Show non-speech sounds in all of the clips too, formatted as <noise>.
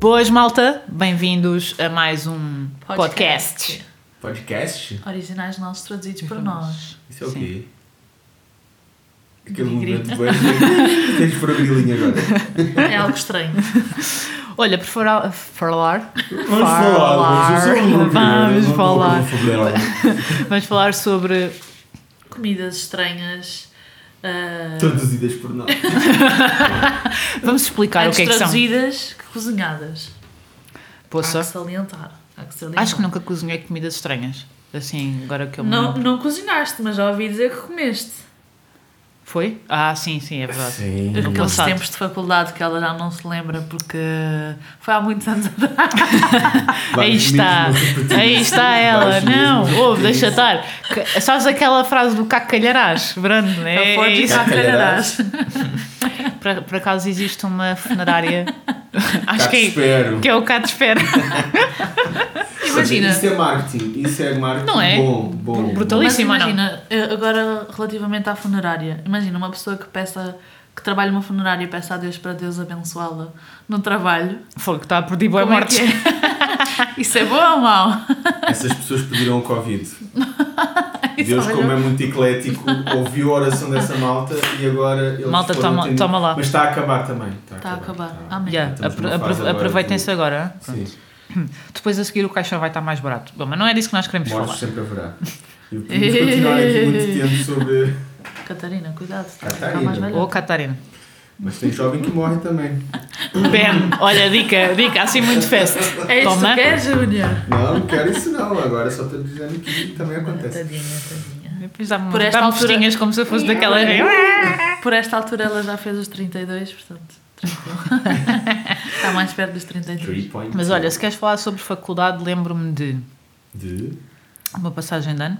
Boas, malta! Bem-vindos a mais um podcast. Podcast? Originais nossos traduzidos Uhum. por nós. Isso é o Sim. quê? É Aquele Negrito. momento bem. Tens por abrilhinho agora. É algo estranho. Olha, por fora- falar, Vamos Falar. vamos, vamos, Vamos vamos, vamos, falar. vamos falar. vamos falar sobre Comidas estranhas. ah, Traduzidas por nós. Vamos explicar o antes que é que são. traduzidas que cozinhadas. Há que Poça, salientar. Há que salientar. acho que nunca cozinhei comidas estranhas. Assim, agora que eu me Não, lembro. não cozinhaste, mas já ouvi dizer que comeste. Foi? Ah, sim, sim, é verdade. Sim. No Aqueles passado. tempos de faculdade que ela já não se lembra porque foi há muitos anos <laughs> atrás. Vai, Aí está, mesmo repetidas. aí está ela. Vais Não, mesmo ouve, deixa repetidas. estar. Que- Sabes aquela frase do cacalharás, <laughs> Brando? É, É, pode é ir isso. à Calharás. calharás. Por, por acaso existe uma funerária, <laughs> acho Cá te que é, Tá, espero. que é o cá de espera. Imagina. Isso é marketing. Isso é marketing Não é? bom. bom. Brutal. Mas Belíssima, não? imagina, eh, agora relativamente à funerária, imagina uma pessoa que peça, que trabalha numa funerária e peça a Deus para Deus abençoá-la no trabalho. Falou que está a perder boa Como é mortes. que <laughs> é? Isso é bom ou mau? Essas pessoas pediram Covid. Deus, Olha. como é muito eclético, ouviu a oração dessa malta e agora. eles Malta, foram toma- atendidos. toma lá. Mas está a acabar também. Está, Está a acabar. está. Amém. Yeah, Estamos apro- numa apro- fase agora Aproveitem-se de- agora. hein? Sim. Depois a seguir o caixão vai estar mais barato. Bom, mas não é disso que nós queremos falar. Mortos sempre haverá. E podemos continuar aqui muito tempo sobre. Catarina, cuidado, está a ficar Catarina. mais Ou velha. Catarina. Mas tem jovem que morre também. Ben, olha, dica, dica, assim muito fast. É isto Toma. que é, Júnior? Não, não quero isso não. Agora só estou dizendo que também acontece. Tadinha, tadinha. Depois dá-me Por esta dá-me altura- festinhas como se eu fosse daquela. <laughs> Por esta altura ela já fez os 32, portanto, <laughs> tranquilo. Está mais perto dos 33. Three point Mas olha, se queres falar sobre faculdade, lembro-me de De. uma passagem de ano.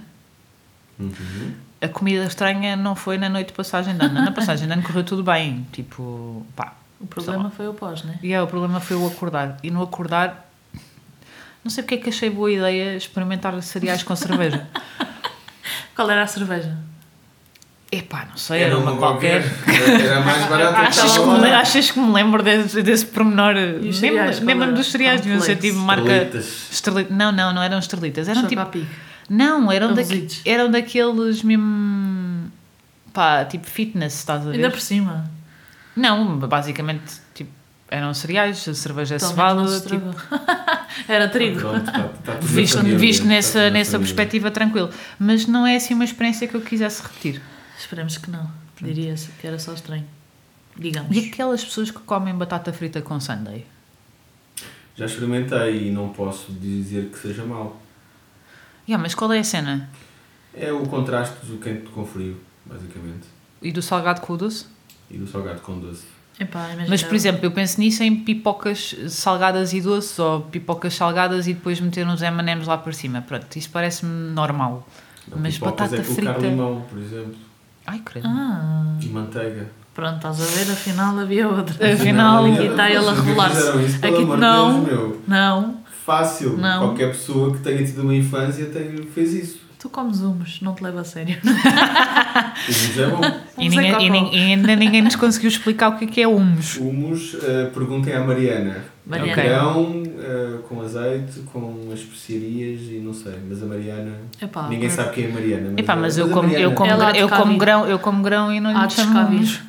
Uhum. A comida estranha não foi na noite de passagem de ano. Na passagem de ano correu tudo bem. Tipo, pá. O problema foi o pós, né? E é, o problema foi o acordar. E no acordar, não sei porque é que achei boa ideia experimentar cereais com cerveja. Qual era a cerveja? Epá, não sei, era uma qualquer. Era mais barato. então. Achas que, aquela me, lá. achas que me lembro desse, desse pormenor? Nem os me- cereais, qual Lembro-me era? dos cereais, deviam ser Cornflakes. tipo marca. Estrelitas. Estrelita. Não, não, não eram estrelitas. Eram tipo. Chocapic. Não, eram, daqu- Arrozitos. eram daqueles mesmo. pá, tipo fitness, estás a ver? Ainda por cima. Não, basicamente, tipo, eram cereais, a cerveja é Pelo menos cevada. não se Tipo, estragou. <laughs> Era trigo. Pronto, tá- tá tudo na visto família, visto tá tudo nessa, na nessa família. perspectiva, tranquilo. Mas não é assim uma experiência que eu quisesse repetir. Esperemos que não. Diria-se que era só estranho. Digamos. E aquelas pessoas que comem batata frita com sundae? Já experimentei e não posso dizer que seja mau. Yeah, mas qual é a cena? É o contraste do quente com frio, basicamente. E do salgado com o doce? E do salgado com doce. Epá, imagina. Mas, por exemplo, eu penso nisso em pipocas salgadas e doces ou pipocas salgadas e depois meter uns M&M's lá por cima. Pronto, isso parece-me normal. Não, Mas pipocas batata é colocar frita- limão, por exemplo. Ai, credo. Ah, E manteiga. pronto, estás a ver? Afinal havia outra. Afinal, tá Não, aqui não, está ele a vocês revelar-se. fizeram isso, pelo Aqui- amor de não. Deus, meu. Não, Fácil. Não. Qualquer pessoa que tenha tido uma infância tem, fez isso. tu comes humus, não te leva a sério. <laughs> Humus é <laughs> bom. E, Vamos em ninguém- e cocó. nin- e ainda ninguém nos conseguiu explicar o que é que é humus. Humus, eh, perguntem à Mariana. Mariana. É um grão eh, com azeite, com as especiarias e não sei. Mas a Mariana... Epá, Ninguém mas- sabe quem é a Mariana. Mas, Ah, Epá, a- mas eu a como, eu Mariana- como, Ela há de eu cá como vir. grão, eu como grão e não Há lhe de chamo cá <laughs> vir. humus.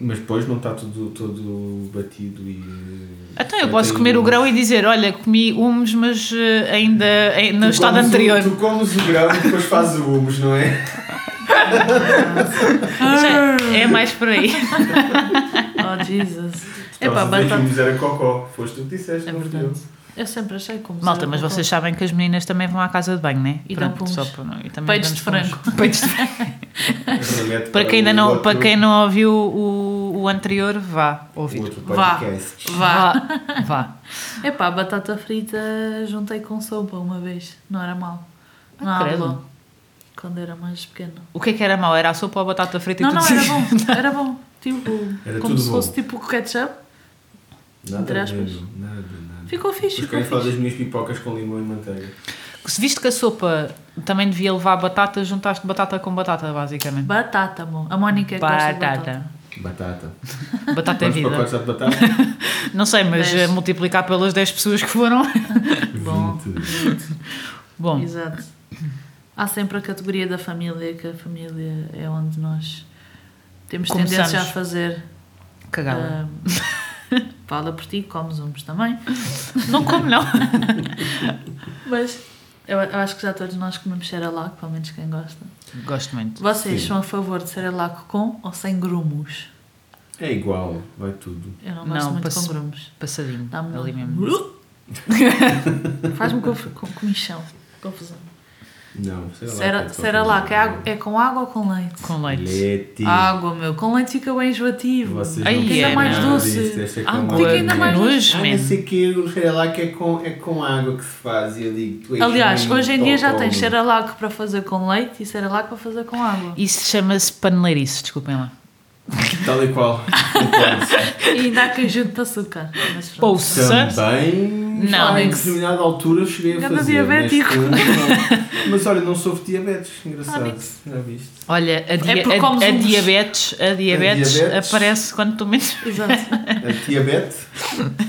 Mas depois não está tudo, todo batido e... Então eu Já posso tem comer o um- grão e dizer, olha, comi humus, mas eh, ainda eh, no Tu estado comes o- anterior. tu comes o grão e depois fazes o humus, não é? Já- Ah. é mais por aí. Oh, Jesus. Epá, Estavas a tá- dizer que batata. Humus era cocó. Foste tu que disseste, É não fui eu. verdade. Eu sempre achei como Malta, mas vocês sabem que as meninas também vão à casa de banho, né? é E dão puns. para, e também Peitos damos de puns. frango. Peitos de frango. Remete Para quem o ainda não, outro- para quem não ouviu o, o anterior, vá o ouvir. outro Vá. podcast. Vá. Vá. vá. Epá, batata frita juntei com sopa uma vez. Não era mal. Não Ah, há credo. bom. Quando era mais pequeno. O que é que era mau? Era a sopa ou a batata frita Não, e não, tudo era isso? bom. Era bom. Tipo, Era como tudo se bom. fosse tipo ketchup. Entre Nada, a ver, aspas. nada, nada. Ficou fixe, Depois ficou querem falar fixe. das minhas pipocas com limão e manteiga. Se viste que a sopa também devia levar batata, juntaste batata com batata, basicamente. Batata, amor. A Mónica é que gosta de batata. Batata. Batata. Batata é Vamos vida. para pacotes de batata? Não sei, mas Dez. eh, multiplicar pelas 10 pessoas que foram. <laughs> <laughs> Bom. Bom, Exato. Há sempre a categoria da família, que a família é onde nós temos Começamos. tendência a fazer. cagada. ah, <laughs> Fala por ti, comes uns também. Não como, não. Mas eu, eu acho que já todos nós comemos Cerelac, pelo menos quem gosta. Gosto muito. Vocês Sim. são a favor de Cerelac com ou sem grumos? É igual, vai tudo. Eu não gosto Não, muito passo- com grumos. Passadinho. Dá-me um Ali mesmo. <laughs> Blu! Faz-me conf... com comichão. Confusão. Não, sei lá. Cera- qualquer Cerelac coisa. é, água- é com água ou com leite? Com leite. Leite. Água, meu. Com leite fica bem enjoativo. Vocês Ai, não é percebem mais nada doce. Ah, disso, esta é com Água. Fica água. ainda mais nojo, Ah, man. não sei que o Cerelac é com, é com água que se faz. E eu digo, tu és Aliás, um hoje em dia já totó. tens Cerelac para fazer com leite e Cerelac para fazer com água. Isso chama-se paneleirice, desculpem lá. Tal e <laughs> qual. Um E ainda há quem junte açúcar. Mas pronto. Pouça. Também, Não. não. em determinada altura eu cheguei a Ganda fazer. mas diabético. com- não. Mas olha, não sofro diabetes, engraçado. Alex. Já viste? Olha, a, dia- É porque a- comes a uns. diabetes, a diabetes diabetes. aparece quando tu menos. Exato. A diabete?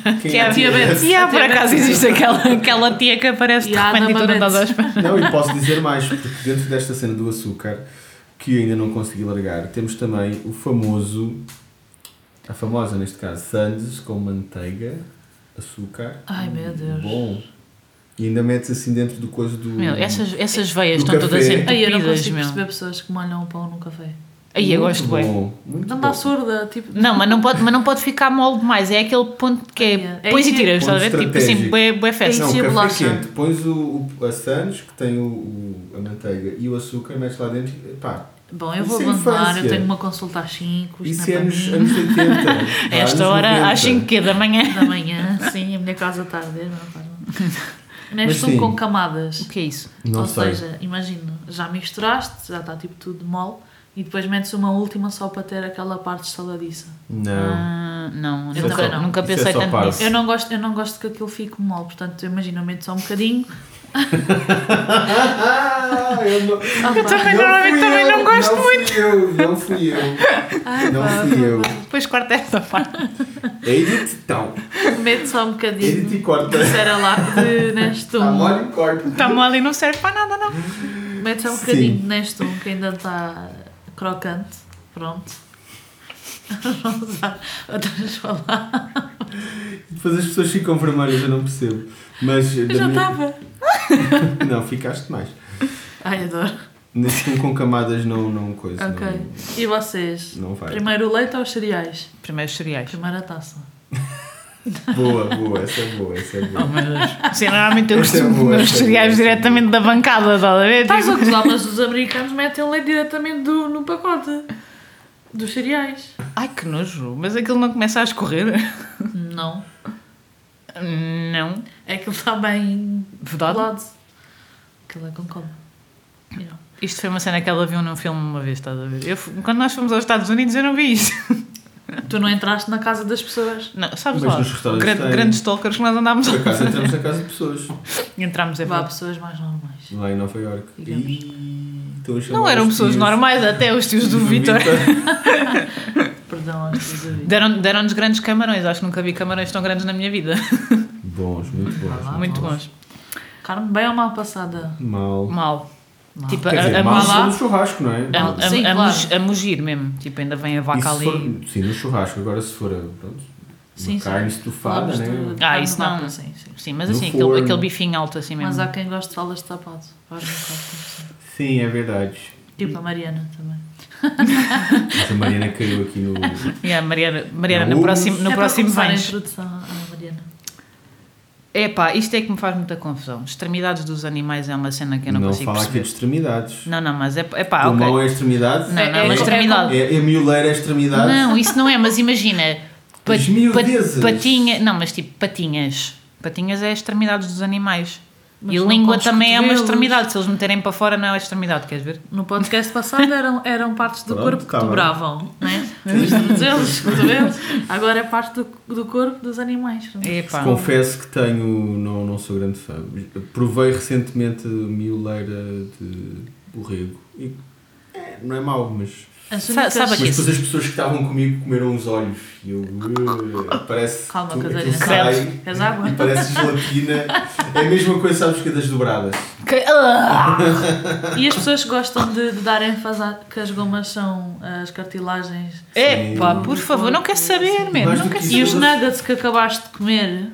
É Quem Que é a diabetes. E há, A por diabetes. acaso existe aquela, <laughs> aquela tia que aparece de E há a repente e tu não estás à damabetes. espera. Não, e posso dizer mais, porque dentro desta cena do açúcar, que eu ainda não consegui largar, temos também o famoso, a famosa neste caso, sandes com manteiga, açúcar. Ai, Ah, meu Deus. Bom. E ainda metes assim dentro do coisa do. Meu, essas, essas veias Do estão todas café. Aí eu não entupidas, consigo meu. perceber pessoas que molham o pão no café. Aí eu Muito gosto bem. bom, Muito Não bom. dá surda, tipo. Não, mas não, pode, mas não pode ficar mole demais. É aquele ponto que é. É, é Pões e isso. tiras, estás a ver? Ponto Tipo assim, bué, estratégico. bué festa. Não, Sim, o café bolacha. quente. Pões o, o, a Sandes, que tem o, o- a manteiga e o açúcar, metes lá dentro e pá. Bom, eu Isso vou é abandonar, eu infância. tenho uma consulta às 5, isto Isso não é é anos, para mim. anos 80. A Esta anos hora, 90. às 5 da manhã. Da manhã, sim, a minha casa tarde, não faz mal. <laughs> Nem Mas estou sim. com camadas. <laughs> O que é isso? Não Ou sei. seja, imagina, já misturaste, já está tipo tudo mole, e depois metes uma última só para ter aquela parte saladiça. Não. Ah, não, Eu nunca, também não. nunca Isso é pensei só tanto parvo. nisso. Eu não gosto, eu não gosto que aquilo fique mole, portanto, imagina, eu meto só um bocadinho. Ah, eu não. Ah, pá. também normalmente fui também eu, não gosto não muito. Fui eu, não fui eu. Ai, Não Ah, pá, fui eu. Depois corta esta parte. Edit, então. Meto só um Edit bocadinho e corta. de Cerelac de <laughs> Está Nestum. mole e corta. Está mole e não serve para nada, não. Mete só um Sim. bocadinho de Nestum que ainda está crocante. Pronto. <laughs> Vamos usar outras palavras. Depois as pessoas ficam vermelhas, eu não percebo. Mas. Eu já estava. Não, ficaste mais. Ai, adoro. Neste com camadas não, não coisa. Ok. E vocês? Não, não vai. Primeiro o leite ou os cereais? Primeiros cereais. Primeira taça. Boa, boa, essa é boa, essa é boa. Oh, meu Deus. Sim, normalmente eu Esta é costumo boa, comer os esta é cereais boa. diretamente da bancada, estás a ver? Estás Tipo, <laughs> a gozar, mas os americanos metem leite diretamente do, no pacote dos cereais. Ai que nojo, mas aquilo não começa a escorrer? <laughs> Não. Não. É que ele está bem Verdade? colado. Aquilo é com cola. E não. Isto foi uma cena que ela viu num filme uma vez, estás a ver? Eu fu- quando nós fomos aos Estados Unidos eu não vi isto. Tu não entraste na casa das pessoas. <laughs> Não, sabes Mas lá, nos restaurantes gran- têm. grandes stalkers que nós andámos Por acaso lá. entramos na casa de pessoas, E <laughs> entramos é Vá, verdade. pessoas mais normais. lá em Nova York. E estão a chamar Não eram os pessoas tios normais, até os tios do Vitor. Perdão às pessoas da vida. <laughs> Deram- Deram-nos grandes camarões, acho que nunca vi camarões tão grandes na minha vida. <laughs> Bons, muito bons. Ah, Muito bons. bons. Carne bem ou mal passada? Mal. Mal. Mal. Tipo, Quer a, dizer, a, mal mala- só no churrasco, não é? a, Mal. a- Sim, a claro. mugir- a mugir mesmo. Tipo, ainda vem a E vaca se ali. for- sim, no churrasco. Agora se for a, pronto, Sim, sim. uma carne estufada, Falamos né? de Ah, carne isso de vaca, não. Sim, sim. Sim, mas No assim, aquele, forno. aquele bifinho alto assim mesmo. Mas há quem goste de falas de sapato. Faz no corte. Sim, é verdade. Tipo a Mariana também. Mas a Mariana caiu aqui <laughs> no... Yeah, Mariana, Mariana Não, no o- próximo, no é próximo para começar a vens. introdução à Mariana. Epá, isto é que me faz muita confusão. Extremidades dos animais é uma cena que eu não, consigo fala aqui de perceber. extremidades. Não, não, mas é epá, Pulmão ok. é extremidade? Não, não, É- mas é- extremidade. É, é mioleira é extremidade? Não, isso não é, mas imagina. pa- As miudezas. pa- patinha, não, mas tipo patinhas. Patinhas é extremidades dos animais. Mas e não língua com os também é uma cotovelos. extremidade. Se eles meterem para fora, não é uma extremidade, queres ver? No podcast passado eram, eram partes do Pronto, corpo que tá bem. dobravam, né? Os <laughs> tornozelos, os cotovelos. Agora é parte do, do corpo dos animais. Epá. Confesso que tenho, não, não sou grande fã. Provei recentemente mioleira de borrego. E, é, não é mau, mas As Sa- sabe Mas aqui- únicas... depois as pessoas que estavam comigo comeram os olhos. E eu. <coughs> "Uh, parece. Calma, tu- Catarina. aquilo sai Queres água? E <laughs> parece gelatina. É a mesma coisa, sabes, que das dobradas. Que- Ah! E as pessoas que gostam de, de dar ênfase a- que as gomas são eh, as cartilagens Epá, por favor, não quero saber, mesmo. Mais Não do quero que e saber. os nuggets que acabaste de comer.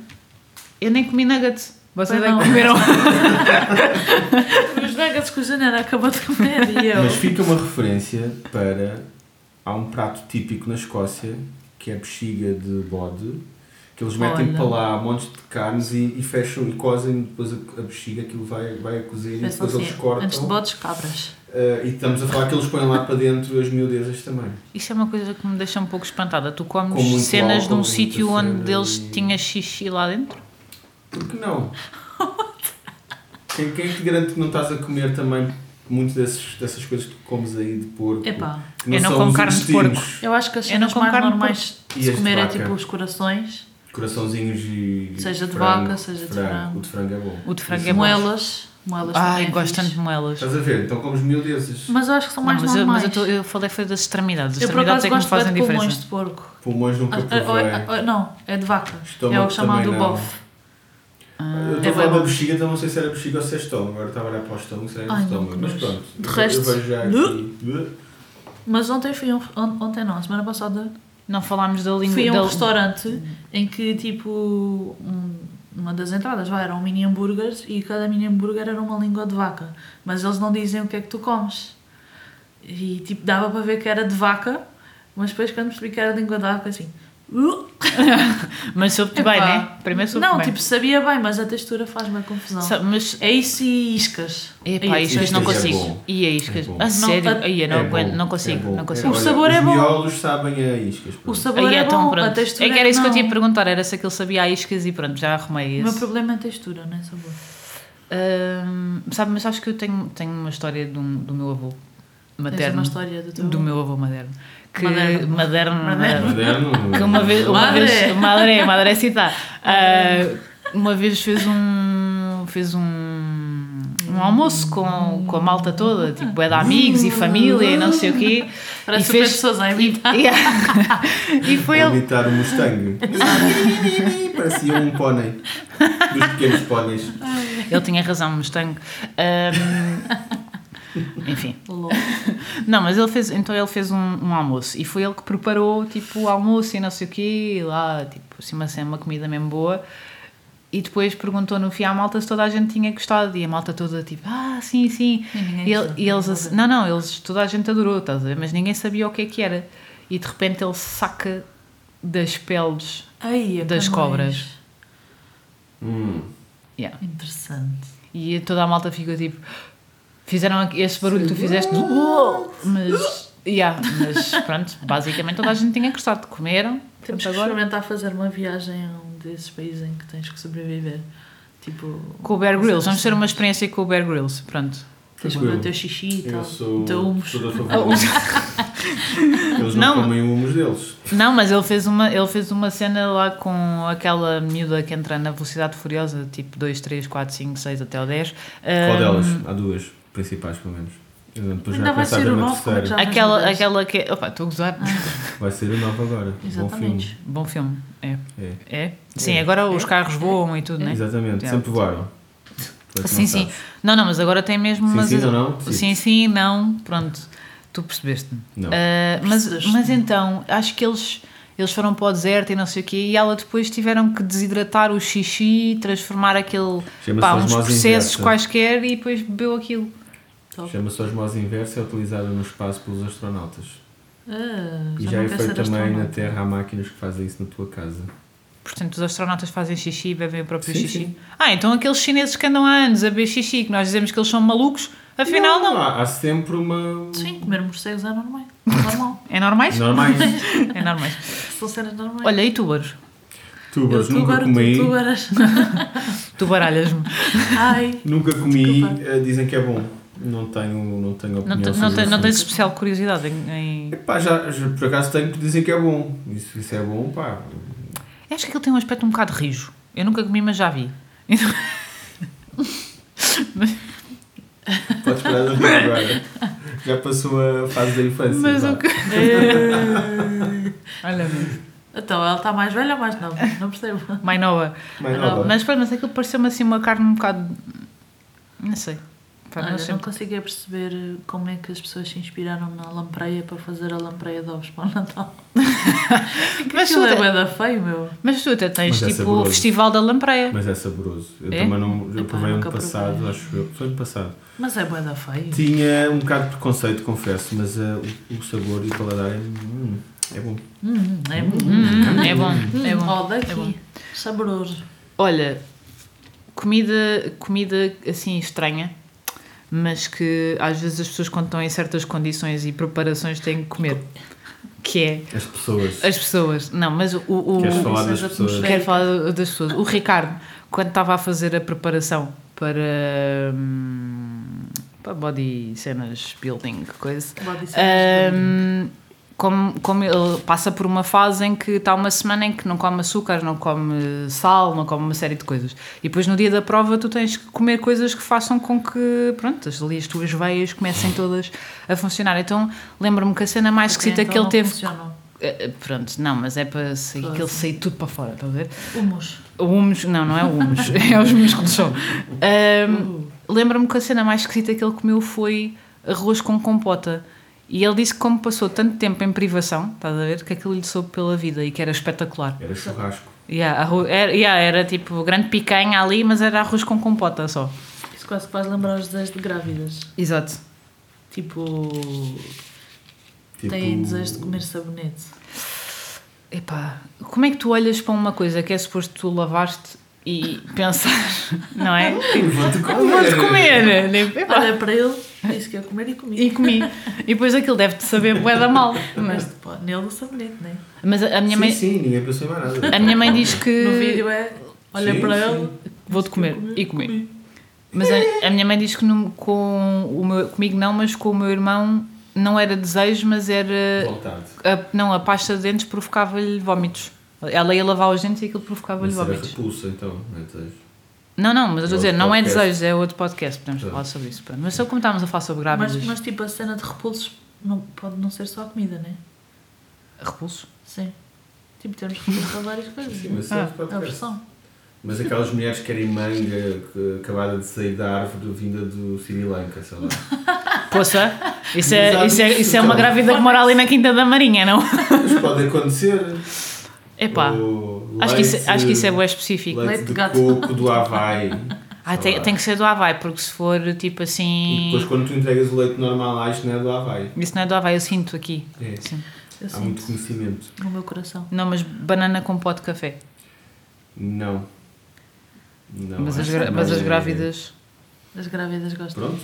Eu nem comi nuggets. Vocês Pois é que não. comeram. <laughs> Os nuggets que o Janeiro acabou de comer e eu. Mas fica uma referência para. Há um prato típico na Escócia que é a bexiga de bode. Que eles metem Olha. para lá montes de carnes e, e fecham e cozem depois a, a bexiga, aquilo vai, vai a cozer e Pensam depois eles assim, antes de cortam. botes, cabras. Ah, e estamos a falar que eles põem lá para dentro as miudezas também. Isso é uma coisa que me deixa um pouco espantada. Tu comes Com muito cenas álcool, de um muita sítio cera onde eles e- tinha xixi lá dentro? Por que não? quem, quem te garante que não estás a comer também muito desses, dessas coisas que tu comes aí de porco? Epá, que não Eu não são como os carne de intestinos. eu acho que as Eu não cenas como mais carne normais E de as de comer é vaca? tipo os corações, Coraçãozinhos e. Seja de vaca, seja de frango. O de frango é bom. O de frango é bom. moelas. Moelas Ai, também é gosto tanto fixe. de moelas. Estás a ver? Então comes mil desses. Mas eu acho que são Não, mais mas eu, mas normais. eu, tô- eu falei foi das extremidades. As eu por extremidades acaso é que me gosto bué fazem de pulmões diferença. de porco. Pulmões nunca Ah, ah, provei. ah, ah, não, é de vaca. é Estômago o chamado também não. bofe. Eu é estou a falar bom. da bexiga, então não sei se era bexiga ou se é estômago. Agora estava a olhar para o estômago, se era Ai, não, estômago. que Mas nojo. pronto. De Eu- resto- Eu vejo já aqui. Mas ontem fui a um, on- ontem não, a semana passada Não falámos da língua Hum. fui a um da- restaurante em que tipo um- uma das entradas vai, eram mini hambúrgueres e cada mini hambúrguer era uma língua de vaca, mas eles não diziam o que é que tu comes. E tipo dava para ver que era de vaca, mas depois quando percebi que era língua de vaca assim. "Uh!" Mas soube-te Epá. bem, né? Primeiro soube não, bem. tipo sabia bem, mas a textura faz-me a confusão. Sa- Mas, É isso e iscas. epá, É isto iscas não é consigo. bom. e é iscas. É bom. a sério? Não, a- Aí eu não É aguento, bom, não é consigo, bom. não É, consigo. O sabor é bom. Os miolos sabem a iscas. O pronto. sabor Aí é, é tão bom, a pronto. textura É que era isso que Ah, eu não. tinha a perguntar, era se aquilo sabia a iscas e pronto, já arrumei O isso. meu problema é textura, não é sabor. Ahm, sabe, mas acho que eu tenho, tenho uma história de um- do meu avô Tens materno. é uma história do teu do meu avô materno. Que, Maderno. maderno. maderno, é? Maderno. <laughs> Moderno. é? Que uma vez. Uma Madre. vez madre, madrecita. Ah, uma vez fez um. fez um. um almoço com, com a malta toda, tipo, é de amigos e família e não sei o quê. Parece e super pessoas a imitar. E, <laughs> e foi Foi ele. imitar o <laughs> Mustang. Parecia um pônei. Dos pequenos póneis. Ele tinha razão, Mustang. Ahm, enfim. Lol. Não, mas ele fez, então ele fez um, um almoço e foi ele que preparou tipo o almoço e não sei o quê, e lá, tipo, assim, uma, assim, uma comida mesmo boa. E depois perguntou no fim à malta se toda a gente tinha gostado e a malta toda tipo, ah, sim, sim. E <laughs> ninguém E, ele- gostou, e eles ninguém assim, não, não, eles, toda a gente adorou, estás a ver? Mas ninguém sabia o que é que era. E de repente ele saca das peles. Ai, é Das que cobras. nojo. Hum. Yeah. Interessante. E toda a malta ficou tipo, fizeram aqui- este barulho que tu fizeste, mas. Yeah, mas pronto, basicamente toda a gente tinha gostado, comeram. Temos Temos que agora. experimentar fazer uma viagem a um desses países em que tens que sobreviver. Tipo, Com o Bear Grylls, vamos ter uma experiência com o Bear Grylls, pronto. tens que Tranquilo. comer o teu xixi e tal. Eu sou o teu Então, humus. <laughs> todo a favor. Eles não, Não. comem o humus deles. Não, mas ele fez, uma, ele fez uma cena lá com aquela miúda que entra na velocidade furiosa, tipo 2, 3, 4, 5, 6 até hum, o 10. Qual Ahm, delas? Há duas principais, pelo menos. Eu Depois Hum. Ainda vai já começar a ser ver o uma novo, como é que terceira. já- vais Aquela, mudar. aquela que é. Opa, estou a gozar. Ah. Vai ser o novo agora. Bom filme. Exatamente. Bom filme. É. É. é. Sim, agora os carros voam e tudo, né? Exatamente. Já. Sempre voaram. Tu é que Sim, não sim. sabes. Não, não, mas agora tem mesmo Sim, umas. sim ou não? eh, Sim, sim, não. Pronto. Tu percebeste-me. Não. Eh, Ah, mas, Percebeste. mas então, acho que eles, eles foram para o deserto e não sei o quê, e ela depois tiveram que desidratar o xixi, transformar aquele. Chama-se pá, uns osmose processos inversa. quaisquer e depois bebeu aquilo. Top. Chama-se osmose inversa, é utilizada no espaço pelos astronautas. Ah, E já já não é quero feito ser também na astronauta. Terra. Há máquinas que fazem isso na tua casa. Portanto, os astronautas fazem xixi e bebem o próprio Sim, xixi. sim. Ah, então aqueles chineses que andam há anos a beber xixi, que nós dizemos que eles são malucos, afinal não. Há, há sempre uma. Sim, comer morcegos é normal. Normal. É normais? <laughs> Normais. É normais. São cenas normais. Olha, e tubas? Tubas, eu nunca tubar, comi. tu tubaras. Tu baralhas-me. <laughs> Ai, Nunca comi, Desculpa. eh, dizem que é bom. Não tenho, não tenho opinião Não, te- não, sobre te- isso. não tens especial curiosidade em- em... Epá, já, já, por acaso tenho que dizer que é bom. Isso, isso é bom, pá. Eu acho que ele tem um aspecto um bocado rijo. Eu nunca comi, mas já vi. Podes parar de rir agora. Já passou a fase da infância. Mas vá. o <laughs> que. Eh, Olha, mesmo. então, ela está mais velha ou mais nova? Não percebo. mais nova. Mais Não, nova. Mas pronto, mas aquilo pareceu-me assim uma carne um bocado. Não sei. Pá, Olha, não não sei. consigo é perceber como é que as pessoas se inspiraram na lampreia para fazer a lampreia de ovos para o Natal. Mas tu, Aquilo é até, bué da feio, meu. mas tu até tens Mas é tipo o saboroso. Festival da Lampreia. Mas é saboroso. Eu É? também não. Eu Epá, provei ano nunca provei. passado, acho eu. Foi ano passado. Mas é bué da feio. Tinha um bocado de preconceito, confesso, mas eh, o, o sabor e o paladar é, hum, é bom. Hum, é muito. Hum, é bom, é bom. Ó, daqui. É bom. Saboroso. Olha, comida, comida assim estranha, mas que às vezes as pessoas quando estão em certas condições e preparações têm que comer. Que é As pessoas. as pessoas. Não, mas o. o Queres o- falar das Essas pessoas? atmosferas. quero falar das pessoas. O Ricardo, quando estava a fazer a preparação para. hum, para body cenas, building, coisa. Body samples. Ahm, como, como ele passa por uma fase em que está uma semana em que não come açúcar, não come sal, não come uma série de coisas. E depois no dia da prova tu tens que comer coisas que façam com que, pronto, as, ali as tuas veias comecem todas a funcionar. Então lembro-me que a cena mais Ok, esquisita então que ele não teve. funcionam. Eh, eh, Pronto, não, mas é para sair, que ele saiu tudo para fora, estás a ver? Humus. O humus, não, não é o humus, <laughs> é os músculos só. Ahm, Lembro-me que a cena mais esquisita que ele comeu foi arroz com compota. E ele disse que como passou tanto tempo em privação, estás a ver, que aquilo lhe soube pela vida e que era espetacular. Era churrasco. Yeah, arro- era, yeah, era tipo grande picanha ali, mas era arroz com compota só. Isso quase que faz lembrar os desejos de grávidas. Exato. Tipo, Tipo, têm desejo de comer sabonete. Epá, como é que tu olhas para uma coisa que é suposto tu lavaste e pensar, <laughs> não é? Vou-te Vou-te comer. comer! Tipo, epá. Olha para ele, disse que ia comer e comi. E comi. E depois aquilo deve-te saber bué da mal. Mas Mas, pô, nele o sabonete, né? mas a, a minha sim, mãe, sim, ninguém pensou em mais nada. a minha mãe <laughs> diz que... No vídeo é, olha Sim, para sim. ele. Vou-te comer. E comi. Mas a, a minha mãe diz que não- com o meu, comigo não, mas com o meu irmão não era desejo, mas era. Vontade. a- não, a pasta de dentes provocava-lhe vómitos. Ela ia lavar os dentes e aquilo provocava-lhe Mas era vómitos. repulsa, então, não é desejo. Não, não, mas eu estou a dizer, Outro não é podcast. desejo, é outro podcast, podemos Tá. falar sobre isso. pronto. Mas só como estávamos a falar sobre Mas, grávidas, mas tipo, a cena de repulsos não, pode não ser só a comida, né? repulso. Sim. Tipo, temos repulsos para várias coisas. Sim, mas, Ah, é é a podcast. versão. mas aquelas mulheres que querem manga que- acabada de sair da árvore vinda do Sri Lanka, sei lá. Poça, isso é, Exato. isso é, isso é uma Então. grávida que mora ali na Quinta da Marinha, <laughs> não? Mas pode acontecer. Epá, Ou acho que isso, leite- acho que isso é bué específico. Leite, Leite de de gato. coco <laughs> do Havaí. Ah, Sei tem, lá. tem que ser do Havaí, porque se for tipo E assim. depois quando tu entregas o leite normal à isto não é do Havaí. Isso não é do Havaí, eu sinto aqui. É. Sim. Eu Há muito sinto conhecimento. no meu coração. Não, mas banana com pó de café. Não. Não. mas, as, acho gra- que mas não as é- grávidas. As grávidas gostam. Pronto,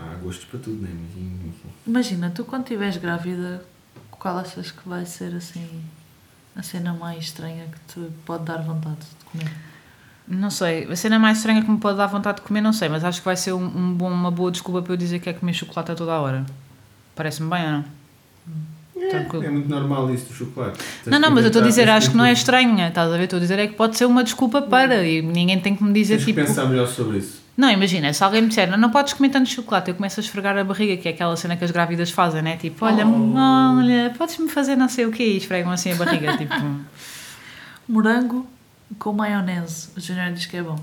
há gostos para tudo, não é? Mas- Imagina, tu quando estiveres grávida, qual achas que vai ser assim a cena mais estranha que te pode dar vontade de comer? Não sei. A cena mais estranha que me pode dar vontade de comer, não sei, mas acho que vai ser um, um bom- uma boa desculpa para eu dizer que é comer chocolate a toda a hora. Parece-me bem, ou não? Tranquilo. É muito normal isso do chocolate. Tens não, não, que mas eu estou a inventar, tipo dizer, tens acho que não é tens estranha, estás a ver? Estou a dizer é que pode ser uma desculpa para e ninguém tem que me dizer que tipo. pensar melhor sobre isso. Não, imagina, se alguém me disser, não, não podes comer tanto chocolate, eu começo a esfregar a barriga, que é aquela cena que as grávidas fazem, né? Tipo, olha, olha, podes-me fazer não sei o quê, e esfregam assim a barriga, <laughs> tipo. Morango com maionese. O Júnior diz que é bom.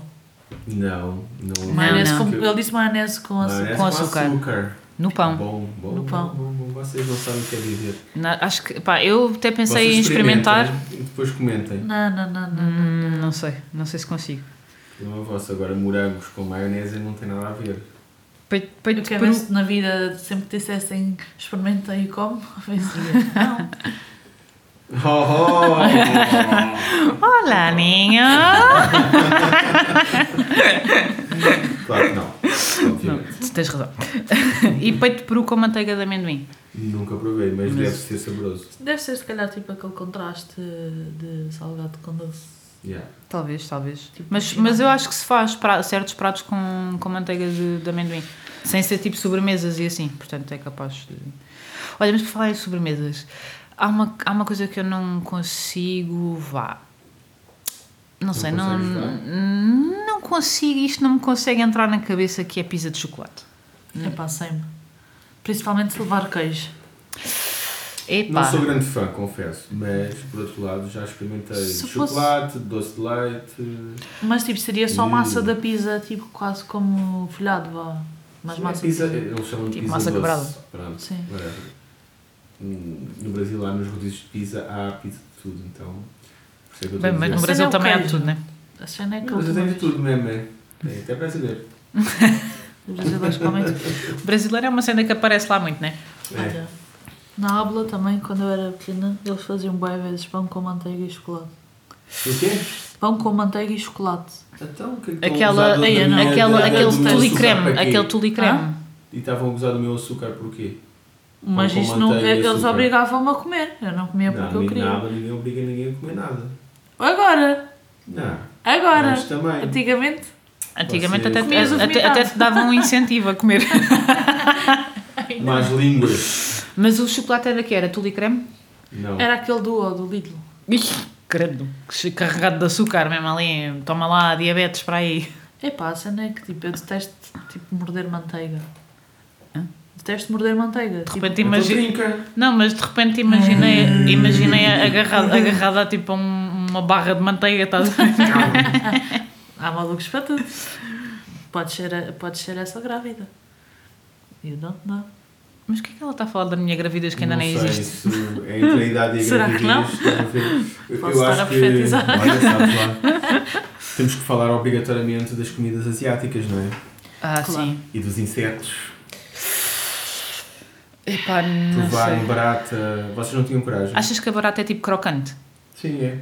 Não, não. é. Maionese não. com- ele disse maionese com açúcar. Maionese com açúcar. No pão. Tá Bom, bom, No bom, pão. bom, bom. Vocês não sabem o que é viver. Na- acho que, pá, eu até pensei Vocês em experimentar. experimentem E depois comentem. Não, não, não, não. né? Hum, não sei, não sei se consigo. Não é vosso. Agora, morangos com maionese não tem nada a <laughs> ver. Peito, peito Tipo, Eu quero peru- ver se na vida sempre que dissessem experimenta e come, <laughs> vencia. <laughs> Não. Oh, oh. Olá, ninho! claro que não. não, Obviamente. tu <laughs> tens razão. <laughs> e peito de peru com manteiga de amendoim. Nunca provei, mas, Mas- deve ser saboroso. Deve ser se calhar tipo aquele contraste de salgado com doce. Yeah. Talvez, talvez. Tipo, Mas, mas eu acho que se faz pra, certos pratos com, com manteiga de, de amendoim. Sem ser tipo sobremesas e assim. Portanto, é capaz de. Olha, mas por falar em sobremesas, há uma, há uma coisa que eu não consigo. Vá. Não, Não sei, não, consegues, vá? não Hum. consigo. Isto não me consegue entrar na cabeça que é pizza de chocolate. É pá, sempre. Principalmente se levar queijo. Não Epá, sou grande fã, confesso, mas por outro lado já experimentei Se fosse- chocolate, doce de leite. Mas tipo, seria só Hum. massa da pizza, tipo, quase como folhado, vá. Mas Não é massa. pizza, eles chamam de Tipo pizza massa doce. quebrada. Pronto. Sim. whatever. Hum, No Brasil, lá nos rodízios de pizza, há pizza de tudo, então. por isso é que eu estou bem, a mas dizer. no Você Brasil não também há queijo. tudo, né? A cena é que No Brasil tem de os tudo mesmo, é. Tem até brasileiro. brasileiros comem <laughs> tudo. O brasileiro é uma cena que aparece lá muito, né? É. Olha, Na Ábula também, quando eu era pequena, eles faziam bué vezes pão com manteiga e chocolate. O quê? Pão com manteiga e chocolate. Então, o que é que estão a Aquela, gozar do- da minha- aquela, da- do aquele meu tule açúcar creme, para quê? aquele tule creme. E estavam a gozar do meu açúcar porquê? Mas com isso não, é- manteiga e eles açúcar. obrigavam-me a comer. Eu não comia É porque não, eu nem queria. nada, ninguém obriga ninguém a comer nada. Agora! Não. Agora! Mas também. Antigamente, Antigamente Vocês- até, Comias o até, até, vomitado. te davam um incentivo a comer. Mais línguas. <laughs> Mas o chocolate era que Era tule creme? Não. era aquele do O, do Lidl. Ixi, credo, que che- carregado de açúcar mesmo ali. Toma lá, diabetes para aí. Epá, a cena é que tipo, eu detesto tipo, morder manteiga. Hã? Detesto morder manteiga. De Tipo, repente Então imagina... trinca. Não, mas de repente imaginei, imaginei agarrada, agarrada tipo a um- uma barra de manteiga, estás a ver? há malucos para tudo. Pode ser, a- pode ser essa grávida. Eu não, não. Mas o que é que ela está a falar da minha gravidez que ainda não nem sei, existe? Isso é entre a idade e a Será que não? gravidez, estás a ver? Eu, Posso estar eu acho a que. profetizar. Olha, sabes lá. Temos que falar obrigatoriamente das comidas asiáticas, não é? Ah, Claro. sim. E dos insetos. Epá, não Provar sei. barata. Vocês não tinham coragem? Achas que a barata é tipo crocante? Sim, é.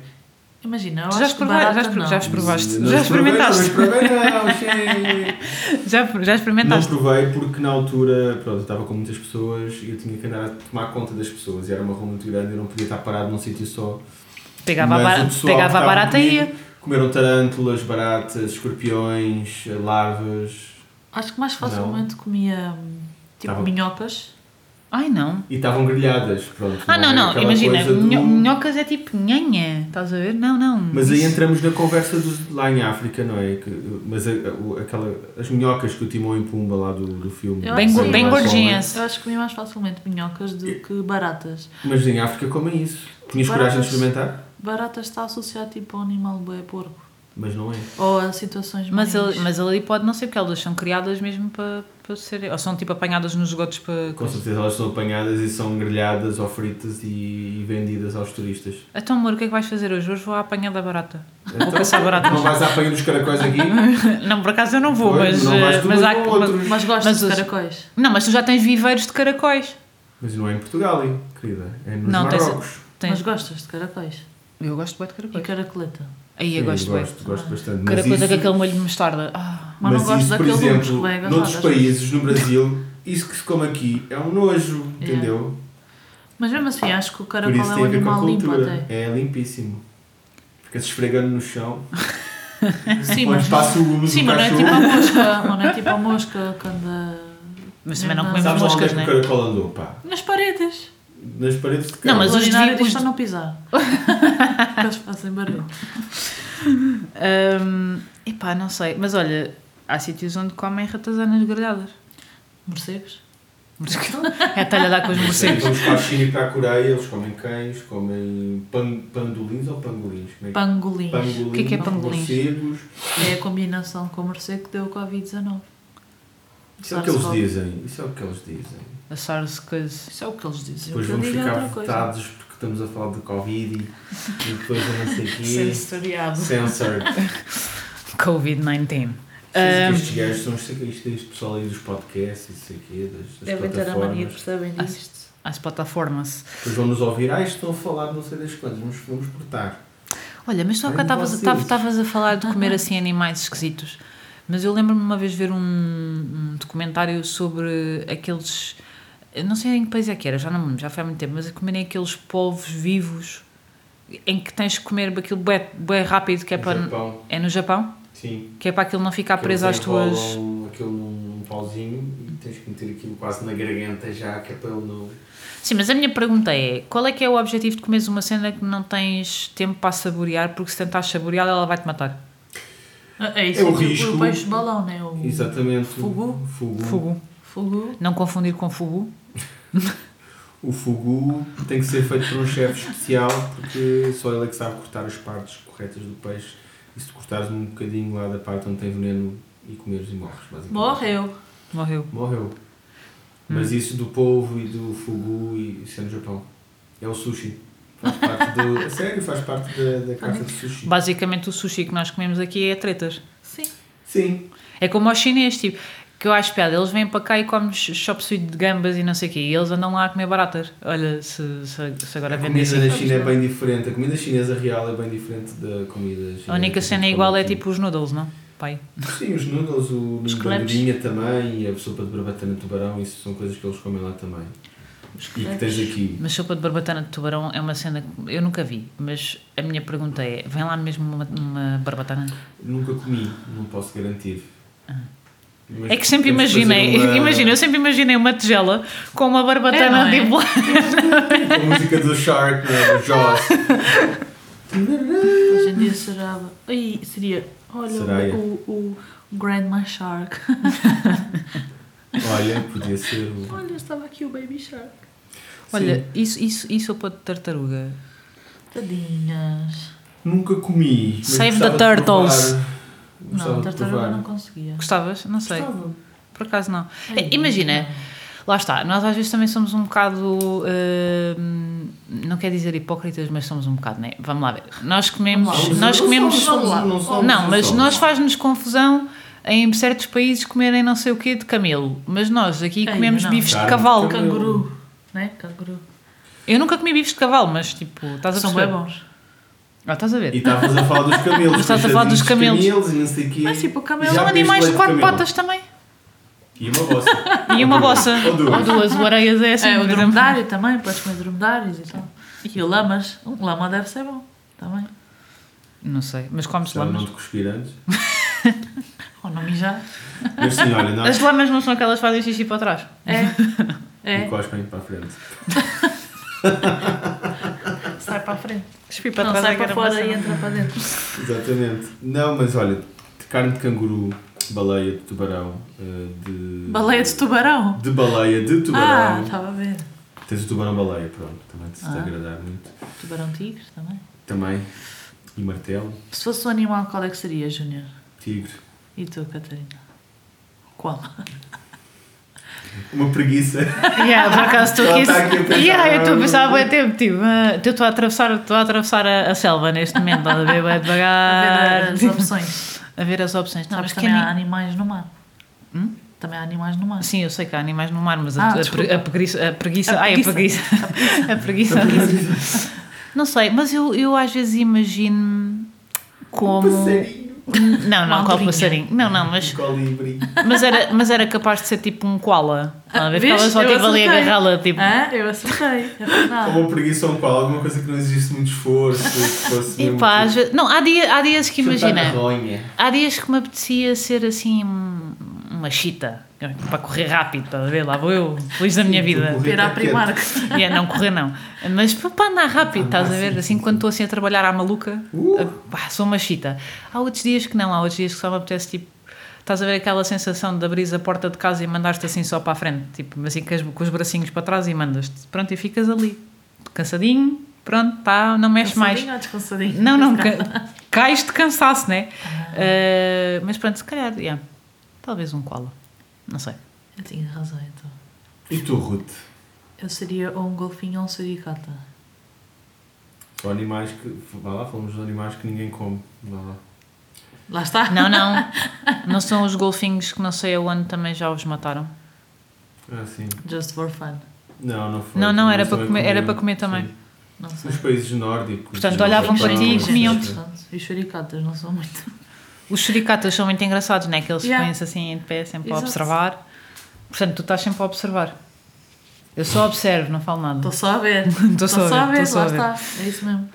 Imagina, eu Tu já acho que experimentaste- já barata exper- não. já exper- Provaste. Não Já exprovei, experimentaste? Não exprovei, não, sim. Já, já Não experimentaste? provei porque na altura, pronto, eu estava com muitas pessoas e eu tinha que andar a tomar conta das pessoas e era uma rua muito grande, eu não podia estar parado num sítio só. Pegava a Mas o barata, pessoal que pegava a estava barata e ia. comigo Comeram tarântulas, baratas, escorpiões, larvas Acho que mais facilmente comia hum, tipo Tava- minhocas. Ai não. e estavam grelhadas, pronto. Ah, não, é não, aquela imagina, coisa do- minho- minhocas é tipo nhanha, estás a ver? Não, não. Mas aí Isso- entramos na conversa dos, lá em África, não é? Que- mas a- o- aquela, as minhocas que o Timão e Pumba lá do, do filme. Eu Bem, acho go- que- bem eu acho- gordinhas. Eu acho que comia mais facilmente minhocas do que baratas. Mas em África comem isso. Tinhas coragem de Baratas. experimentar? Baratas está associado tipo a um animal bué porco. Mas não é. Ou a situações Mas mais... ele, mas ali pode não ser, porque elas são criadas mesmo para, para serem. Ou são tipo apanhadas nos esgotos para. Com certeza elas são apanhadas e são grelhadas ou fritas e, e vendidas aos turistas. Então, amor, o que é que vais fazer hoje? Hoje vou à apanha da barata. <laughs> Então, Vou caçar barata. Não vais à apanha dos caracóis aqui? <laughs> não, por acaso eu não vou, Pois, mas. não vais um eh, tu, mas mas há, vão mas- outros. Mas Mas gostas de os- caracóis? não, mas tu já tens viveiros de caracóis. Mas não é em Portugal, hein, querida. É nos Não, tem- Marrocos. Tens- Mas gostas de caracóis? Eu gosto bem de E caracóis. caracoleta? Aí eu Sim, gosto bem. gosto, gosto bastante. Mas Caracois isso, é com aquele molho de mostarda. Ah, Mas não mas gosto isso, por daquele do exemplo, bem agarrado, noutros às países, no Brasil, isso que se come aqui é um nojo, entendeu? Mas mesmo assim, acho que o Por caracol isso é um tem a ver com a animal limpo cultura. <laughs> até. É limpíssimo. Fica-se esfregando no chão. Sim, Onde mas, passa o gume sim, do mas não é cachorro. tipo a mosca. Mas não é tipo a mosca quando... a- mas também não Não, comemos Sabes lá onde é moscas, que o né? caracol andou, pá? Nas paredes. Nas paredes de Não, mas o os urinário devi- diz os- para <laughs> não pisar. Porque Eles fazem barulho. Hum, epá, não sei. Mas olha, há sítios onde comem ratazanas grelhadas. Morcegos. É talha dar com os morcegos. Vamos para a China e para a Coreia, eles comem cães, comem pan, pandolins ou pangolins? Como é que- Pangolins. Pangolins, O que é que é pangolins? morcegos. É a combinação com o morcego que deu o Covid-19. Isso é o que eles dizem. Isso é o que eles dizem. A SARS coisa. Isso é o que eles dizem. Depois o que vamos eu digo é ficar outra coisa. votados porque estamos a falar de Covid e, e depois eu não sei o quê. <laughs> Sensoriado. Censored. Covid-19. Sabes Ahm. que Estes gajos são isto, isto, é este pessoal aí dos podcasts e não sei o quê, das, das Devem ter a mania que plataformas. percebem disto. Às plataformas. Depois vão nos ouvir, ah, isto estão a falar de não sei das quantas, mas vamos cortar. Olha, mas só que Ai, estavas vocês. tava- tavas a falar de comer assim animais esquisitos. Mas eu lembro-me uma vez ver um, um documentário sobre aqueles. eu Não sei em que país é que era, já não me lembro, já foi há muito tempo, mas a comerem aqueles polvos vivos em que tens que comer aquilo bem, rápido que é No para. Japão, É no Japão? sim. Que é para aquilo não ficar que preso eles às tuas. enrolam Aquilo num pauzinho e tens que meter aquilo quase na garganta já, que é para ele não. Sim, mas a minha pergunta é: qual é que é o objetivo de comeres uma cena que não tens tempo para saborear? Porque se tentares saborear, ela vai te matar. É É isso. o tipo risco. peixe balão, né? O... Exatamente. Fugu? Fugu. Fogo. Fogo. Não confundir com fugu. O fugu tem que ser feito por um chefe especial porque só ele é que sabe cortar as partes corretas do peixe. E se cortares um bocadinho lá da parte onde tem veneno e comeres e morres, basicamente. Morreu. Morreu. Morreu. Mas isso do polvo e do fugu e isso é no Japão. É o sushi. Faz parte do. a sério, faz parte da, da carta de sushi. Basicamente, o sushi que nós comemos aqui é tretas. Sim. Sim. É como aos chinês, tipo, que eu acho piada. Eles vêm para cá e comem chop suey de gambas e não sei o quê. E eles andam lá a comer baratas. Olha, se, se, se agora A vendem comida assim. na China é bem diferente. A comida chinesa real é bem diferente da comida chinesa. A única cena é igual é tipo os noodles, não? Pai. Sim, os noodles, o Os crepes. bandeirinha também, e a sopa de barbatana de tubarão, isso são coisas que eles comem lá também. E que tens aqui. Mas sopa de barbatana de tubarão é uma cena que eu nunca vi. Mas a minha pergunta é: vem lá mesmo uma, uma barbatana? Nunca comi, não posso garantir. Mas É que sempre temos de imaginei, <laughs> fazer uma- <laughs> imagina, eu sempre imaginei uma tigela com uma É, não barbatana é? tipo, A música do Shark, né, do Jaws. Hoje em dia serava. Ai, seria. Olha Seraya. o, o, o Grandma Shark. <laughs> Olha, podia ser o. Olha, estava aqui o Baby Shark. Olha, isso, isso, isso sopa de tartaruga. Tadinhas. Nunca comi. mas Save gostava the de turtles. provar. Gostava não, de tartaruga provar. não conseguia. Gostavas? Não sei. Gostava. Por acaso não. É, Ai, Imagina, lá está, nós às vezes também somos um bocado. eh, não quer dizer hipócritas, mas somos um bocado, né? Vamos lá ver. Nós comemos. Vamos Não, nós não comemos somos, Vamos lá. não somos, Não, mas somos. nós faz-nos confusão em certos países comerem não sei o quê de camelo. Mas nós aqui Ei, comemos não. bifes de Carne de cavalo. camelo. Canguru. Né? Canguru. Eu nunca comi bifes de cavalo, mas tipo, estás a São bem perceber? bons. Ah, estás a ver? E estavas a falar dos camelos. Estavas a falar dos coitadinhos de camelos e não sei o quê. Mas, tipo, o camelo E já São comeste é um animais de leite quatro camelo. patas também. E uma bossa. E uma bossa. Ou duas. Ou duas. O areias é assim. é, por o exemplo. dromedário também, podes comer dromedários e tal. E o lamas. Um lama deve ser bom também. Não sei, mas come-se Estava lamas. não te cuspir antes. Ou não mijar. Mas sim, olha, nós. As lamas não são aquelas que fazem xixi para trás. É. E É. cospem para a frente. Sai para a frente. Cuspi para Não, trás é sai que para era fora uma e <laughs> cena. entra para dentro. Exatamente. Não, mas olha, de carne de canguru, de baleia de tubarão, eh, de. <laughs> Baleia de tubarão. De baleia de Ah, tubarão. estava a ver. tá. Tens o tubarão-baleia, pronto, também te se Ah. agradar muito. Tubarão tigre também. Também. E martelo, Se fosse um animal, qual é que seria, Júnior? tigre. E tu, Catarina? Qual? Uma preguiça. Yeah, por acaso estou Ela aqui. está aqui a pensar. Yeah, eu estou a pensar há bem tempo. Tipo, ah, eu estou a atravessar, estou a, atravessar a, a selva neste momento, estás a ver bem <laughs> A devagar. ver Ah, as opções. A ver as opções. Não, Sabes mas é que também há pequenino. animais no mar. Hum? Também há animais no mar. Sim, eu sei que há animais no mar, mas a, Ah, a pre- desculpa. a preguiça. A preguiça. A ai, a preguiça. <laughs> A preguiça. Não sei, mas eu, eu às vezes imagino-me <laughs> como. Um Passarinho. Não, não, Um Uma qual andorinha. passarinho? Não, não, mas, Um colibri. mas, era, mas era capaz de ser tipo um koala. Estás a ver? Ficava Vês? só Eu tipo ali a acertei. agarrá-la, tipo. Ah, eu acertei. Ou Afinal. uma preguiça ou um qual, alguma coisa que não existe muito esforço. Que fosse E mesmo pá, às tipo, vezes- não, há, dia, há dias que chutar na imagina. ronha. Há dias que me apetecia ser assim um- uma chita para correr rápido, estás a ver? Lá vou eu, feliz da minha vida. correr. Ir à <laughs> Primark. E é não correr não. Mas pá, para andar rápido, estás a ver? Assim quando estou assim a trabalhar à maluca, Uh! ah, pá, sou uma chita. Há outros dias que não, há outros dias que só me apetece tipo. Estás a ver aquela sensação de abrir a porta de casa e mandaste assim só para a frente, tipo, assim com, as- com os bracinhos para trás e mandas-te. Pronto, e ficas ali, cansadinho, pronto, tá, não mexes mais. Cansadinho ou descansadinho? Não, não, ca cais de cansaço, né? é? mas pronto, se calhar, yeah. talvez um koala. Não sei. Eu tinha razão, então. E tu, Ruth? Eu seria ou um golfinho ou um suricata. Ou animais que. Vá lá, falamos de animais que ninguém come. Vá lá. Lá está. Não, não. Não são os golfinhos que não sei aonde também já os mataram. Ah, sim. Just for fun. Não, não foi. Não, não, era Mas para também comer- era comiam. para comer também. Sim. Não sei. Nos países nórdicos. Portanto, no olhavam Japão, para ti e essas comiam-te. coisas. E os suricatas não são muito. Os suricatas são muito engraçados, né? Que eles Yeah. põem-se assim em pé, sempre a Exato. observar. Portanto, tu estás sempre a observar. Eu só observo, não falo nada. <laughs> Estou só a ver. Estou só a ver, ver, estou só lá a ver. está. É isso mesmo.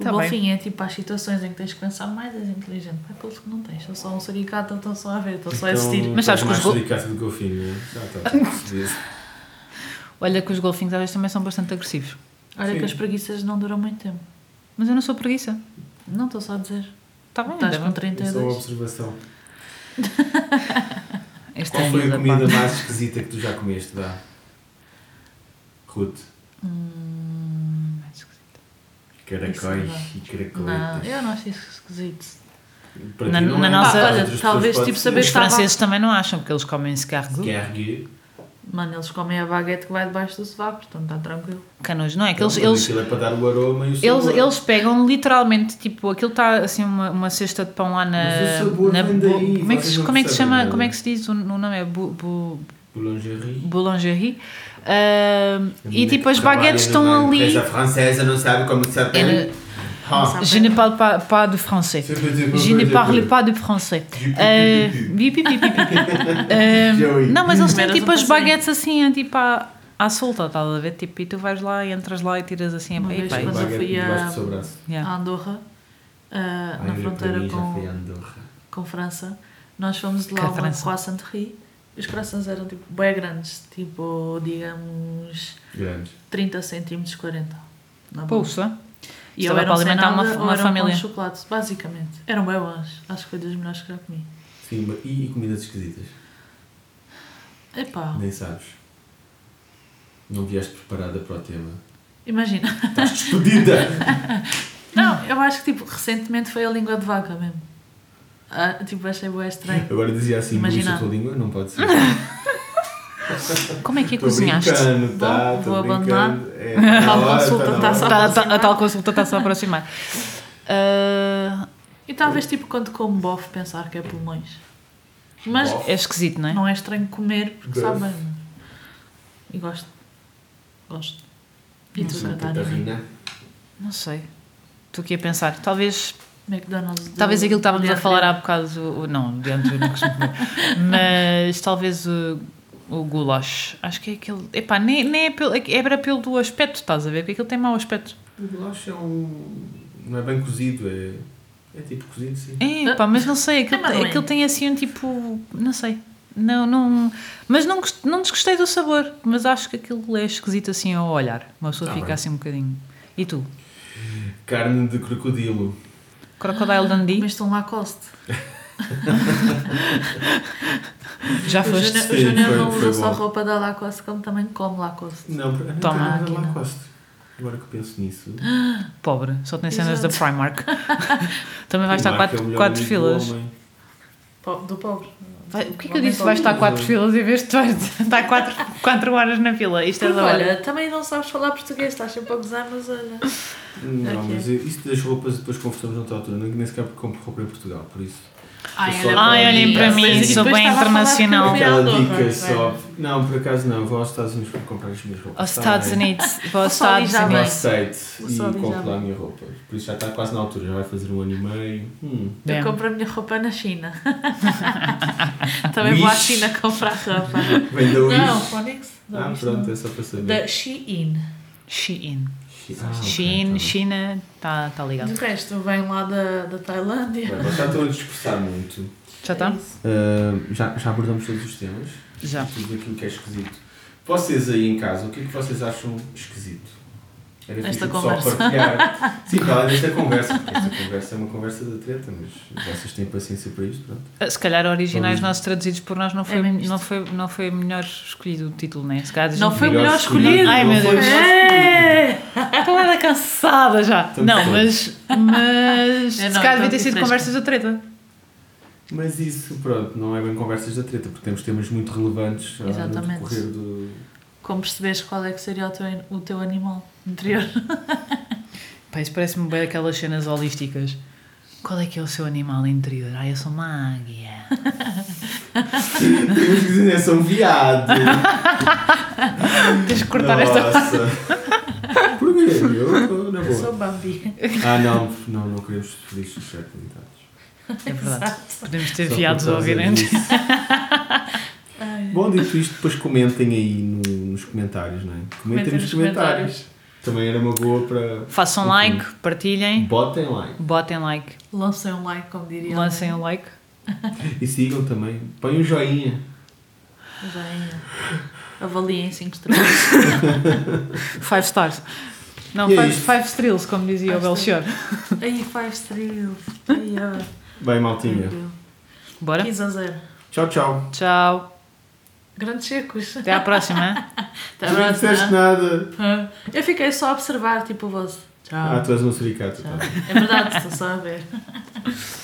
O Tá bem. golfinho é tipo às situações em que tens que pensar mais, és inteligente. Vai pelo que não tens. Sou só um suricata, estou só a ver, estou só a Então, assistir. Mas sabes tens que os mais go- suricatas do que o filho. Já tá. <laughs> está, já percebi. Olha que os golfinhos às vezes também são bastante agressivos. Olha Sim. que as preguiças não duram muito tempo. Mas eu não sou preguiça. Não estou só a dizer. Está bem, Estás ainda com bem. É só uma 32. observação. Este Qual ano, foi a da comida parte. mais esquisita que tu já comeste, vá? Ruth, Hum, mais esquisito. é Isso caracóis e Não, caracoletas. eu não achei isso esquisito. Para Na- ti não na é. nossa- Para Pá, olha, outras talvez, pessoas tipo, pode Os ser. Estava- franceses também não acham, porque eles comem escargo. é? Cargue. Mano, eles comem a baguete que vai debaixo do sovaco, portanto está tranquilo. Canudos, não é? Que eles, Mas eles, Aquilo é para dar o aroma e o eles, sabor. eles pegam literalmente, tipo, aquilo está assim uma, uma cesta de pão lá na. Mas o sabor na vem bo- daí, como é que, vocês se- não né? como é que se percebem chama? nada. Como é que se diz? O, o nome é bu, bu, Boulangerie. Boulangerie. Ah, A e menina tipo, que as trabalha baguetes numa estão ali. empresa francesa não sabe como se chama. Ele- Ah, sabe. Je ne parle pas, pas de français. c'est petit, Je ne petit, parle petit. pas de français. Du- Ah, du- du- bi- bi- bi- bi- bi- Ah, <laughs> Joey. não, mas eles têm Eras tipo um as passarinho. baguetes assim, tipo à, à solta, estás a ver? Tipo, e tu vais lá, entras lá e tiras assim a Uma e vez pai. du- quando- eu baguete fui a- debaixo do seu braço. Yeah. A Andorra, ah, Ai, na olha, fronteira para mim Já com, foi a Andorra. com França, nós fomos Que lá a uma França? croissantrie e os croissants eram tipo bem grandes, tipo, digamos, Grandes. 30 centímetros, 40. na boa. Pulsa. Ah. E Isto eu dá era um para para alimentar alimentar uma- nada, uma uma, família. família. chocolate, basicamente. Eram bem bons. Acho que foi dos melhores que já comi. Sim, mas- e, e comidas esquisitas? Epá, Nem sabes. Não vieste preparada para o tema. imagina. <laughs> Estás despedida! Não, eu acho que tipo, recentemente foi a língua de vaca mesmo. Ah, tipo, achei bem estranho. Agora dizia assim, Imagina. Imagina. a tua língua, não pode <laughs> ser. Como é que a Estou cozinhaste? brincando, tá? Bom, Estou vou brincando. É, A tá na hora, consulta tá na tá hora. só- Tá- tá- a tal consulta está-se a aproximar. Ah, E talvez tipo, quando como bofe, pensar que é pulmões. Mas Bofe? é esquisito, não é? não é estranho comer, porque Bofe. sabe bem. mano. E gosto. Gosto. E tu, Santa Catarina? Catarina. Não sei. Estou aqui a pensar. Talvez, McDonald's. do- talvez aquilo que estávamos do a falar há Alfredo. bocado. o- Não, de antes eu não costumo <laughs> comer. Mas talvez o, o goulash. Acho que é aquele. Epá, nem, nem é pelo, era pelo aspecto, estás a ver? Porque aquilo tem mau aspecto. O bolacha é um. Não é bem cozido, é. É tipo cozido, sim. É, pá, mas não sei, aquilo, Também. aquilo tem assim um tipo. Não sei. Não, não, mas não, gost- não desgostei do sabor, mas acho que aquilo é esquisito assim ao olhar. Uma pessoa Tá fica bem. assim um bocadinho. E tu? Carne de crocodilo. Crocodile Dundee? Comeste um Lacoste. Já O foste? Júnior- Sim, o Júnior foi- não foi usa só bom. roupa da Lacoste, como também come Lacoste. Não, por- não Toma, Toma, aqui não não. é Lacoste. Agora que penso nisso. Pobre, só tem cenas da Exato. <laughs> Primark. Também vai estar Primark é o quatro, melhor quatro amigo do filas. homem. Po- Do pobre. Vai- o que é que eu Homem disse? Vais estar pobre. quatro filas em vez de tu vais estar <laughs> quatro, quatro horas na fila. Isto é Porque, da hora. olha, também não sabes falar português, estás sempre a gozar, mas olha. Não, Ok. mas isto das roupas depois conversamos noutra altura. Nem nem sequer compro roupa em Portugal, por isso. Ai, olhem Ai, olhem para Mas- mim, e sou bem internacional. Fui à Aquela Andorra, dica vai. só. Não, por acaso não. Vou aos Estados Unidos para comprar as minhas roupas. Aos Tá Estados bem. Unidos. <laughs> Vou aos O sol Estados já Vou bem. ao Unidos. site O Sodi e já compro lá a bem. minha roupa. Por isso já está quase na altura. Já vai fazer um ano e meio. Hum. É. Eu compro a minha roupa na China. <laughs> também vou à Wish. China comprar roupa. Vem da Não, Wish. Phonics. da Ah, Wish, pronto, não. é só para saber. Da Shein. Shein. Ah, ok, Shein, tá bem. China, está tá ligado. De resto, vem lá da, da Tailândia. Bem, mas já estão a dispersar muito. Já tá? está? É isso. Uh, já, já abordamos todos os temas. Já. Tudo aquilo que é esquisito. Vocês aí em casa, o que é que vocês acham esquisito? Era Esta fixe o conversa. pessoal partilhar. <laughs> Sim, para além desta conversa, porque esta conversa é uma conversa da treta, mas vocês têm paciência para isto, pronto. Ah, Se calhar originais Talvez. nossos traduzidos por nós não foi, É mesmo isto. não foi, não foi melhor escolhido o título, né? Se calhar a Não gente- foi o melhor escolhido. Ai, não meu foi Deus. melhor escolhido. <laughs> Estou era cansada já. Estamos não, todos. mas, <laughs> mas É, se não, calhar devia ter sido estamos frescos. conversas da treta. Mas isso, pronto, não é bem conversas da treta, porque temos temas muito relevantes ah, no Exatamente. decorrer do. Como percebes qual é que seria o teu, o teu animal interior? Pá, isso parece-me bem aquelas cenas holísticas. Qual é que é o seu animal interior? Ah, eu sou uma <laughs> águia. Temos que dizer, <laughs> são viado. Tens de cortar esta. Nossa. Porquê? Eu estou na Eu sou <laughs> <laughs> boa. Bambi. Ah, não, não, não queremos feliz suscetibilidades. É verdade. Podemos ter Só viados por a causa ouvir antes. disso. Ai. Bom, dito isto, depois comentem aí no- nos comentários, não é? Comentem, Comentem nos, nos comentários. comentários. Também era uma boa para. Façam like, partilhem, Botem like. botem like, Lancem um like, como diria. lancem o like. E sigam também. Põem um joinha. Bem, avaliem <laughs> 5 estrelas. Five stars. Não, E é five, isto. five strills, como dizia o Five Belchior. Aí, 5 estrelas. Aí, ó. Bem, maltinha. Bora? 15 a 0. Tchau, tchau. Tchau. Grandes secos. Até à próxima. Até à não disseste próxima. nada. Ah, Eu fiquei só a observar, tipo, o vosso. Tchau. Ah, tu és um suricato. Tchau. Tá. É verdade, estou só a ver.